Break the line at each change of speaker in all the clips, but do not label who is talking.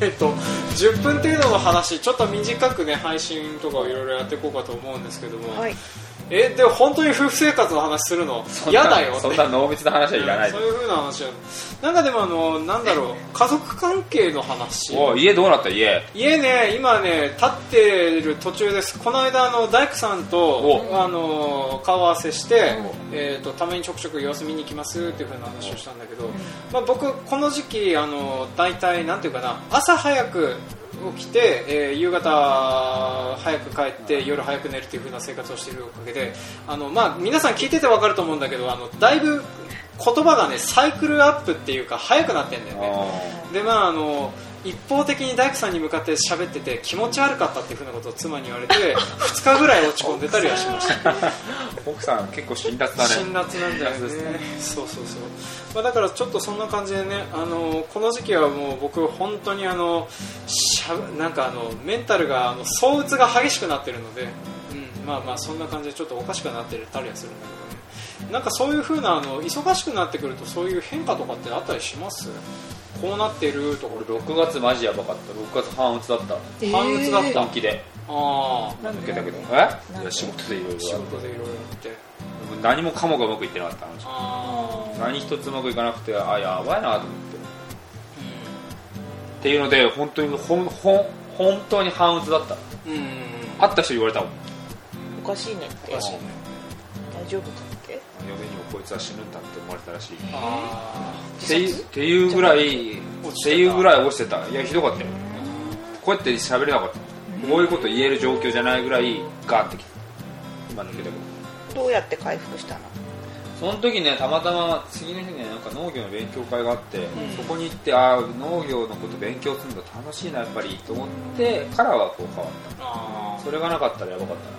えっと、10分程度の話ちょっと短くね配信とかをいろいろやっていこうかと思うんですけども、
はい
えでも本当に夫婦生活の話するの
そんな
嫌だよって
そんな濃密な話はいらない
そういう風な話はなんかでもあのなんだろう家族関係の話
おう家どうなった家
家ね今ね立ってる途中ですこの間あの大工さんと
お
あの顔合わせして、えー、とたまにちょくちょく様子見に行きますっていう風な話をしたんだけど、まあ、僕この時期あの大体なんていうかな朝早く起きて、えー夕方早く帰って夜早く寝るっていう風な生活をしているおかげであの、まあ、皆さん聞いてて分かると思うんだけどあのだいぶ言葉がねサイクルアップっていうか早くなってんだよね。でまああの一方的に大工さんに向かって喋ってて気持ち悪かったっていうふうなことを妻に言われて2 日ぐらい落ち込んでたりはしました
奥さん結構辛辣だ
辛
ね
辣なんだよ
辛辣
ね
ですね
そうそうそう、まあ、だからちょっとそんな感じでねあのこの時期はもう僕本当にあのしゃなんかあのメンタルがあの躁鬱が激しくなってるので、うん、まあまあそんな感じでちょっとおかしくなってたりはするんだけどねなんかそういう風なあの忙しくなってくるとそういう変化とかってあったりしますこうなってるとか
俺6月マジやばかった6月半打つだった
半月だった
短期で
ああ
抜けたけど
なん
え
で
いや仕事でいろいろ
仕事でいろいろやって
何もかもがうまくいってなかったの
ああ
何一つうまくいかなくてあやばいなと思ってっていうので本当にほんほん本当に半打つだった
うんうん
会った人に言われたもん
おかしいねって
おかしいね
大丈夫かって
嫁にもこいつは死ぬんだって思われたらしいっ
あ
ていうっていうぐらいっていうぐらい落ちてたいやひどかったよこうやって喋れなかったこういうこと言える状況じゃないぐらいガーってきた今抜けたけど
どうやって回復したの
その時ねたまたま次の日ねなんか農業の勉強会があって、
ん
そこに行ってああ農業のこと勉強するの楽しいなやっぱりと思ってからはこう変わっ
あああ
たそれがなかったらやばかったな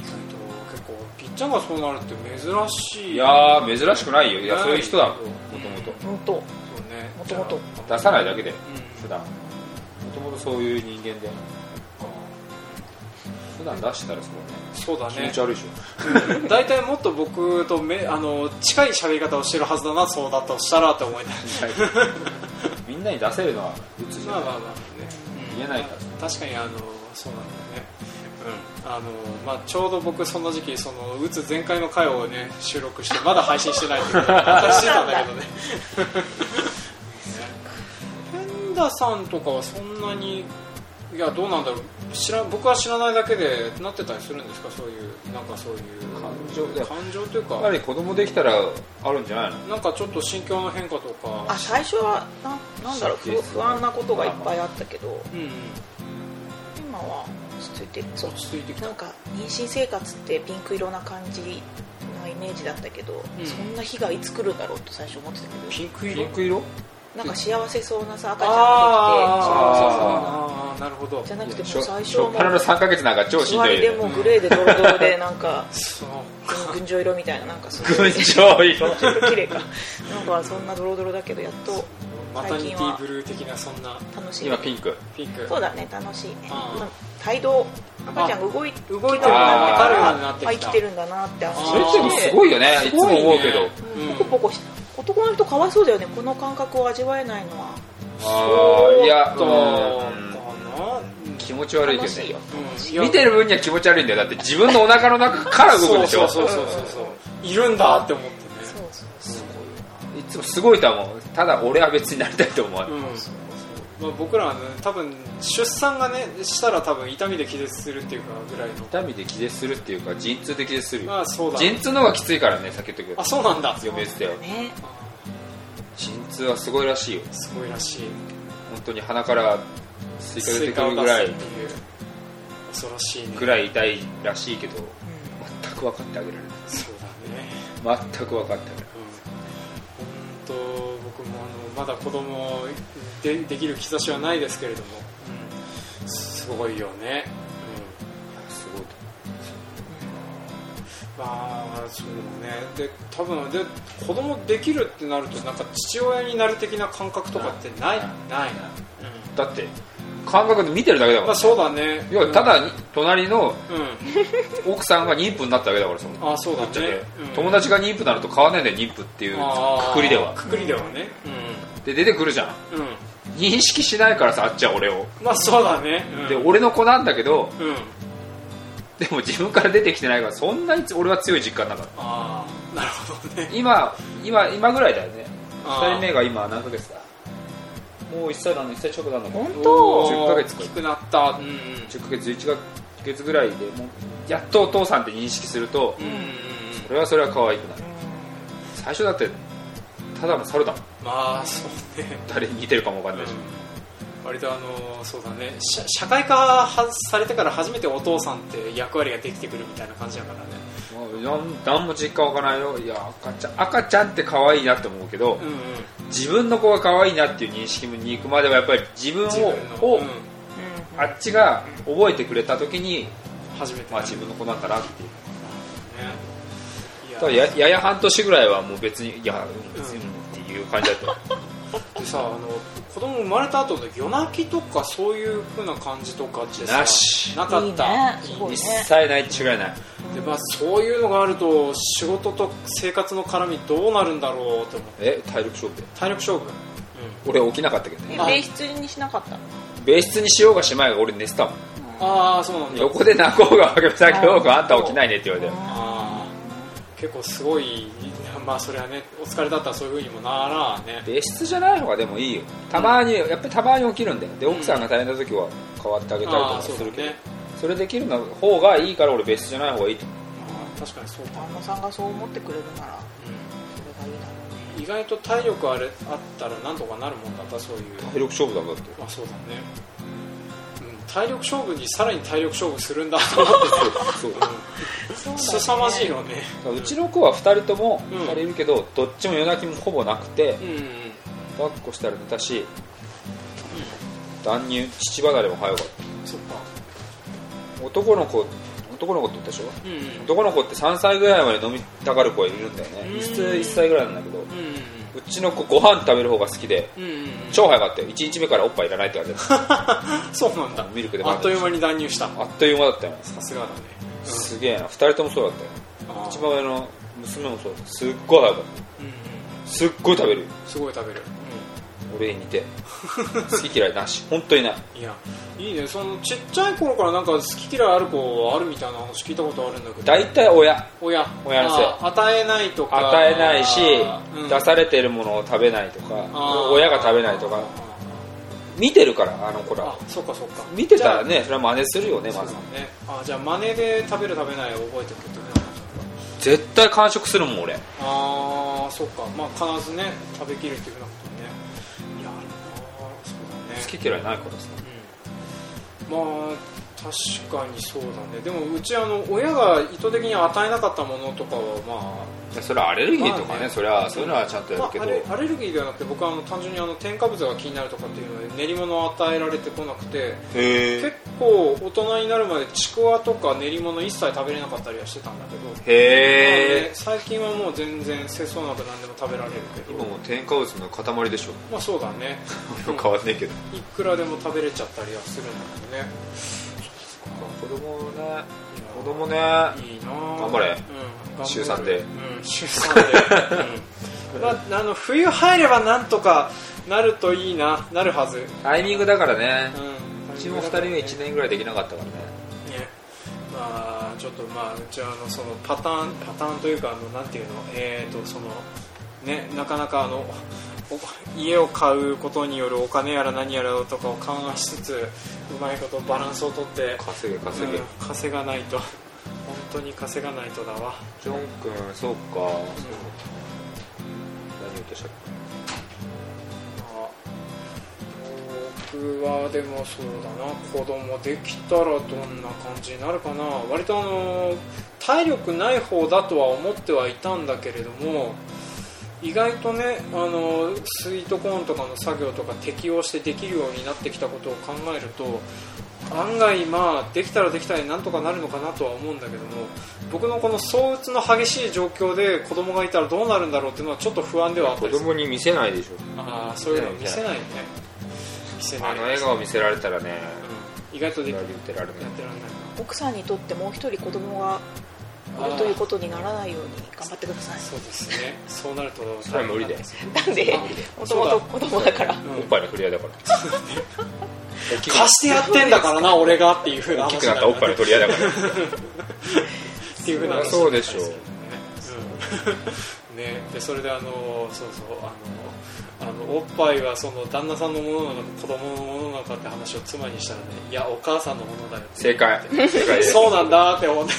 意外と結構ピッチャーがそうなるって珍しい
いやー珍しくないよいやそういう人だも
うん
ともと
本当
そうね
もともと
出さないだけで
うん
普段もともとそういう人間で普段出してたらそう
そうだ
ね気持
ね
ち悪いでし
大体もっと僕とめあの近い喋り方をしてるはずだなそうだとしたらって思いなが
ょみんなに出せるのはうつじゃ
らま
な
あまあ
い
まあね
言えないから
確かにあのそうなんだよねうんあのまあ、ちょうど僕その時期その打つ全開の回をね収録してまだ配信してないっ ていう私してたんだけどねペンダさんとかはそんなにいやどうなんだろう知らん僕は知らないだけでなってたりするんですかそういうなんかそういう
感情で
感情という
やっぱ
か
り子供できたらあるんじゃないの
なんかちょっと心境の変化とか
あ最初はななんだろう
そうで
不
す
不
ね
安なことがいっぱいあったけど
うんうん
今は落ち着いてそう
落ち着いてきた
なんか妊娠生活ってピンク色な感じのイメージだったけど、
うん
そんな日がいつ来るんだろうと最初思ってたけど
ピンク
ピ
色
ンク色
なんか幸せそうなさ赤ちゃんが
あ
あーあーなるほど
出てきて幸せそうなじゃなくてもう最初は
初初っ端の
も
3ヶ月なんか超
う
しん
座
どい
りで
よ
もうグレーでドロドロでなんか
そう
群青色みたいななんかすご
群
い
青色
ちょっと綺麗か なんかそんなドロドロだけどやっと
マタニティブルー的なそんな
楽しい
今ピンク
ピンク
そうだね楽しいね
あー
今帯同赤ちゃんが動いて
動いてるの
あ
が分
ー
かるようになって
あ
き
生
た
きてるんだなって安
それ
心
っ
して
てもすごいよねいつも思うけど、
ポコポコし男の人かわいそうだよねこの感覚を味わえないのは
ああいや
と
うん
か
気持ち悪いけ
楽
ど
しいよ
ね
な
見てる分には気持ち悪いんだよだって自分のお腹の中から動くでしょ
そうそうそうそうそういるんだって思ってね
そうそうそう
いつもすごいとは思うただ俺は別になりたいと思わない、
うんまあ、僕らはね多分出産がねしたら多分痛みで気絶するっていうかぐらいの
痛みで気絶するっていうか陣痛で気絶するよ、
まあそうだ
陣痛の方がきついからね避けとく
あそうなんだ
嫁言ってたよ
ね
陣痛はすごいらしいよ
すごいらしい
本当に鼻からスイカ出てくるぐら
スイカを出すっ
い
ていう恐ろしいね
ぐらい痛いらしいけど
うん
全く分かってあげられない
そうだね
全く分かってあげられな
本
い
当僕もあのまだ子供でできる兆しはないですけれども、すごいよね、
すごい
うん、まあそうねで多分で子供できるってなるとなんか父親になる的な感覚とかってないない、う
だって感覚で見てるだけだ
ん
か
まあ
ら
そうだね
要はただに隣の
うん、
奥さんが妊婦になっただけだからその
うん、あそうだね
ぶっちゃけ
うん
友達が妊婦になると変わらないんだよ妊婦っていうくくりでは
くくりではね、うん
で出てくるじゃん
う
認識しないからさあっちは俺を、
んまあそうだね
で俺の子なんだけど
うん、うん、
でも自分から出てきてないからそんなに俺は強い実感なかった
ああなるほどね
今今今ぐらいだよね
あ
2
ー
人目が今何ヶ月だもう1歳なの1歳ちょっとなのかな
本当
おー
10ヶ月
大きくなったうんうんうん
10ヶ月11ヶ月ぐらいでもうやっとお父さんって認識すると
うんうん
それはそれは可愛くなる最初だってただの猿だもん
まあそうね
誰に似てるかもわかんないし、
うん、割とあのそうだね社社会化はされてから初めてお父さんって役割ができてくるみたいな感じだからね
もうなん何も実感湧かないよいや赤ちゃん赤ちゃんって可愛いなって思うけど、
うんうん
自分の子が可愛いなっていう認識に行くまではやっぱり自分を
自分の
を
うん
あっちが覚えてくれた時に、
初めて
まあ、自分の子なんだなっていう
ねいや
ただややや半年ぐらいはもう別にいやうん別に
う
っていう感じだった
でさあの子供生まれた後の夜泣きとかそういうふうな感じとかってさ
なし
なかった
いいねすごい
一
ね
切ない違いない
でまあ、そういうのがあると仕事と生活の絡みどうなるんだろうって思う
え体力勝負で
体力勝負、
俺起きなかったけどね
え
あ
米室にしなかったの
別室にしようがしまいが俺寝てたもん
ああそうなんだ
横で泣こうが分けたけど
あ
あんた起きないねって言われて
あー結構すごいまあそれはねお疲れだったらそういうふうにもならんね
別室じゃないのがでもいいよたまにやっぱりたまに起きるんだよで奥さんが大変な時は代わってあげたりと
ああ
か
そう
す
だ
るけど
ね
それできるの方がいいから俺別室じゃない方がいいと思
あー確かにそうだ、
旦那さんがそう思ってくれるなら
う
それがいいだろ
ん意外と体力あれあったらなんとかなるもんだったそういう
う体力勝負だもんだって
まあそうだね、うん、体力勝負にさらに体力勝負するん だと思って
そうだ
うそうだね
凄まじいよね
からうちの子は2人とも
うん
2人いるけどどっちも夜泣きもほぼなくて
うんうん
抱っこしたら寝たし断乳乳離れも早かっ
そっか
た男の子男の子って言ったでしょ
うんうん
男の子って3歳ぐらいまで飲みたがる子がいるんだよね
うん
1歳 ,1 歳ぐらいなんだけど
うんうん
うちの子ご飯食べる方が好きで
うんうんうん
超早かったよ1日目からおっぱいいらないって言われ てた
そうなんだ
ミルクで
あ
待
っ
って
と
る
いう間に断乳した
あっという間だったよ
さすがだね、
すげえな2人ともそうだったよ
うんあー
一番上の娘もそうすっごい早か
う
っ
んうん
たすっごい食べる
すごい食べる、
俺に似て好き嫌いなし本当にない
うん、いやいいねそのちっちゃい頃からなんか好き嫌いある子あるみたいな話聞いたことあるんだけど
大体親
親
親のせい
あー与えないとか
与えないし、
うん
出されてるものを食べないとか
あー
親が食べないとか見てるからあの子ら
あそっかそっか
見てたらねそれは真似するよね
じゃあ
まず
そうだねあじゃあ真似で食べる食べないを覚えてくるってことなんだ
絶対完食するもん俺
ああそっかまあ必ずね食べきるっていうふうなことねいやあるなそうだね
好き嫌いないからさ
うんまあ確かにそうだねでもうちあの親が意図的に与えなかったものとかは
でそれはアレルギーとか
まあ
ね,、
ね
それはそういうのはちゃんと
まあ、
や
ま
る
あ
けど、
アレアレルギーではなくて僕はあの単純にあの添加物が気になるとかっていうので練り物を与えられてこなくて
へ
結
え
構大人になるまでちくわとか練り物一切食べれなかったりはしてたんだけど、まあね
へえ
最近はもう全然世相なく何でも食べられるけ
今
ど
もう添加物の塊でしょ
まあそうだ ね
変わんねえけど
いくらでも食べれちゃったりはするんだけどねい
子供ね子
や
供ね
いいなぁ
頑張れ
うん、頑張る
週三で
うん週3で、 うんまあ、あの冬入ればなんとかなるといいななるはず、うん、
タイミングだからねう
う
ちも2人目1年ぐらいできなかったからね
ねまあちょっとまあうちはあのそのパターンパターンというかあのなんていうのえっ、とそのねなかなかあのお家を買うことによるお金やら何やらとかを勘案しつつうまいことバランスをとって
稼げ稼げ、
うん稼がないと本当に稼がないとだわ、
ジョン君そうか何を言うとしたっ
あ僕はでもそうだな子供できたらどんな感じになるかな割とあの体力ない方だとは思ってはいたんだけれども意外とねあのスイートコーンとかの作業とか適応してできるようになってきたことを考えると案外まあできたらできたりなんとかなるのかなとは思うんだけども僕のこの相鬱の激しい状況で子供がいたらどうなるんだろうっていうのはちょっと不安ではあ
け
った
子
りする
供に見せないでしょ
ああそういうの見せないね見せない
あの笑顔見せられたらね
うん意外とでき
裏
る
切ってられない
やってらんない
奥さんにとってもう一人子供が売るということにならないように頑張ってください
そうですねそうなると
それは無理だよ
なんでもともと子供だから
うん
おっぱいの振り合いだから
貸してやってんだからな俺がっていうふうな
大きくなっ
話
たおっぱいの取り合いだから
っていうふうな話
そうでしょう
うん ねでそれであのそうそうあのあのおっぱいはその旦那さんのものなのか子供のものなのかって話を妻にしたらねいやお母さんのものだよって
正解正解です
そうなんだって思って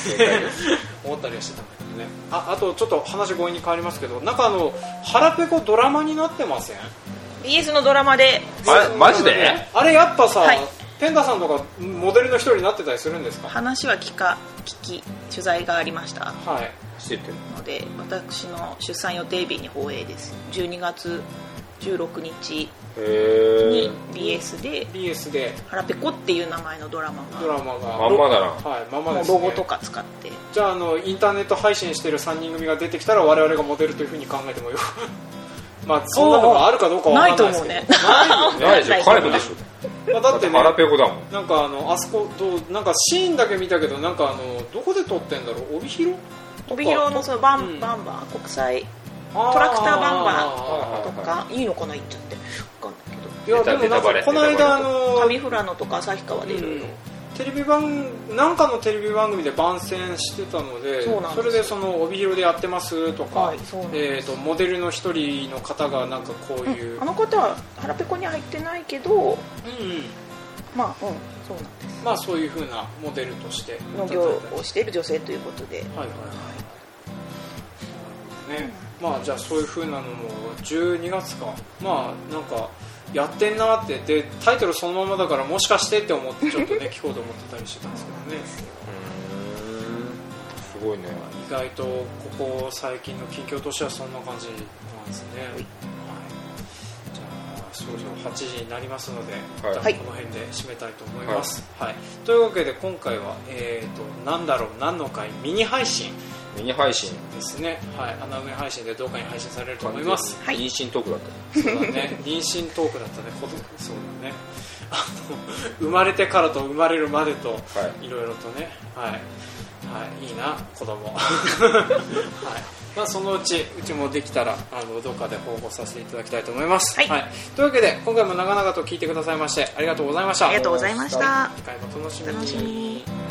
思ったりはしてたんだけどねああとちょっと話強引に変わりますけどなんかあの腹ペコドラマになってません
BS のドラマで
あマジで
あれやっぱさ、
はい
ペンダさんとかモデルの一人になってたりするんですか
話は聞か聞き取材がありました
はい
知ってる
ので私の出産予定日に放映です12月16日
へ
に BS で
BS で
「腹ペコ」っていう名前のドラマ
ドラ
が
マ
え
が
まんまだな
はいまんま
も
で
う
す、ね、
ロゴとか使って
じゃああのインターネット配信してる3人組が出てきたら我々がモデルというふうに考えてもよ まあそんなのがあるかどうかは
な
分
い
か
と
んないです
思う
けど
ね
ないでしょ彼もでしょ
まあ
だ
だ
っ
って
て
ね
腹ペコだもん
なんかあのあそこどうなんかシーンだけ見たけどなんかあのどこで撮ってんだろう帯広
帯広のそのバン,、
うん
バンバン国際
ト
ラクターバンバン
はい
と
は
か
い
いいのかな言っちゃって分かんないけ
い
ど
やでも
ネ
な
タ
んか
バレ
この
ネタ
間あ
バレ
の
上富良野とか旭川でいろいろ
うんテレビ番なんかのテレビ番組で番宣してたので
そうなんです
れでその帯広でやってますとか、
はいそうなん
え
で
ー、とモデルの一人の方がなんかこういう、
あの方は腹ペコには入ってないけど
うんうん
まあうんそうなんです
まあそういうふうなモデルとして
農業をしている女性ということで
はいはいはいねまあじゃあそういうふうなのも12月かまあなんかやってんなってでタイトルそのままだからもしかしてって思ってちょっと ね聞こうと思ってたりしてたんですけどね
すごいね
意外とここ最近の近況としてはそんな感じなんですね、はい、じゃあそろそろ8時になりますので、
はい
じゃあこの辺で締めたいと思います、はいというわけで今回は「えー、となんだろう何の会」ミニ配信
ミニ配信
ですね、はい、穴埋め配信でどうかに配信されると思います
はい
妊娠トークだった
そうだね妊娠トークだったね子供そうだねあの生まれてからと生まれるまでと
はい
ろいろとねはい、はい、いいな子供 はいまあそのうちうちもできたらあのどっかで報告させていただきたいと思います、
はい
というわけで今回も長々と聞いてくださいましてありがとうございました
ありがとうございました
次回も楽しみ
楽しみ
に
に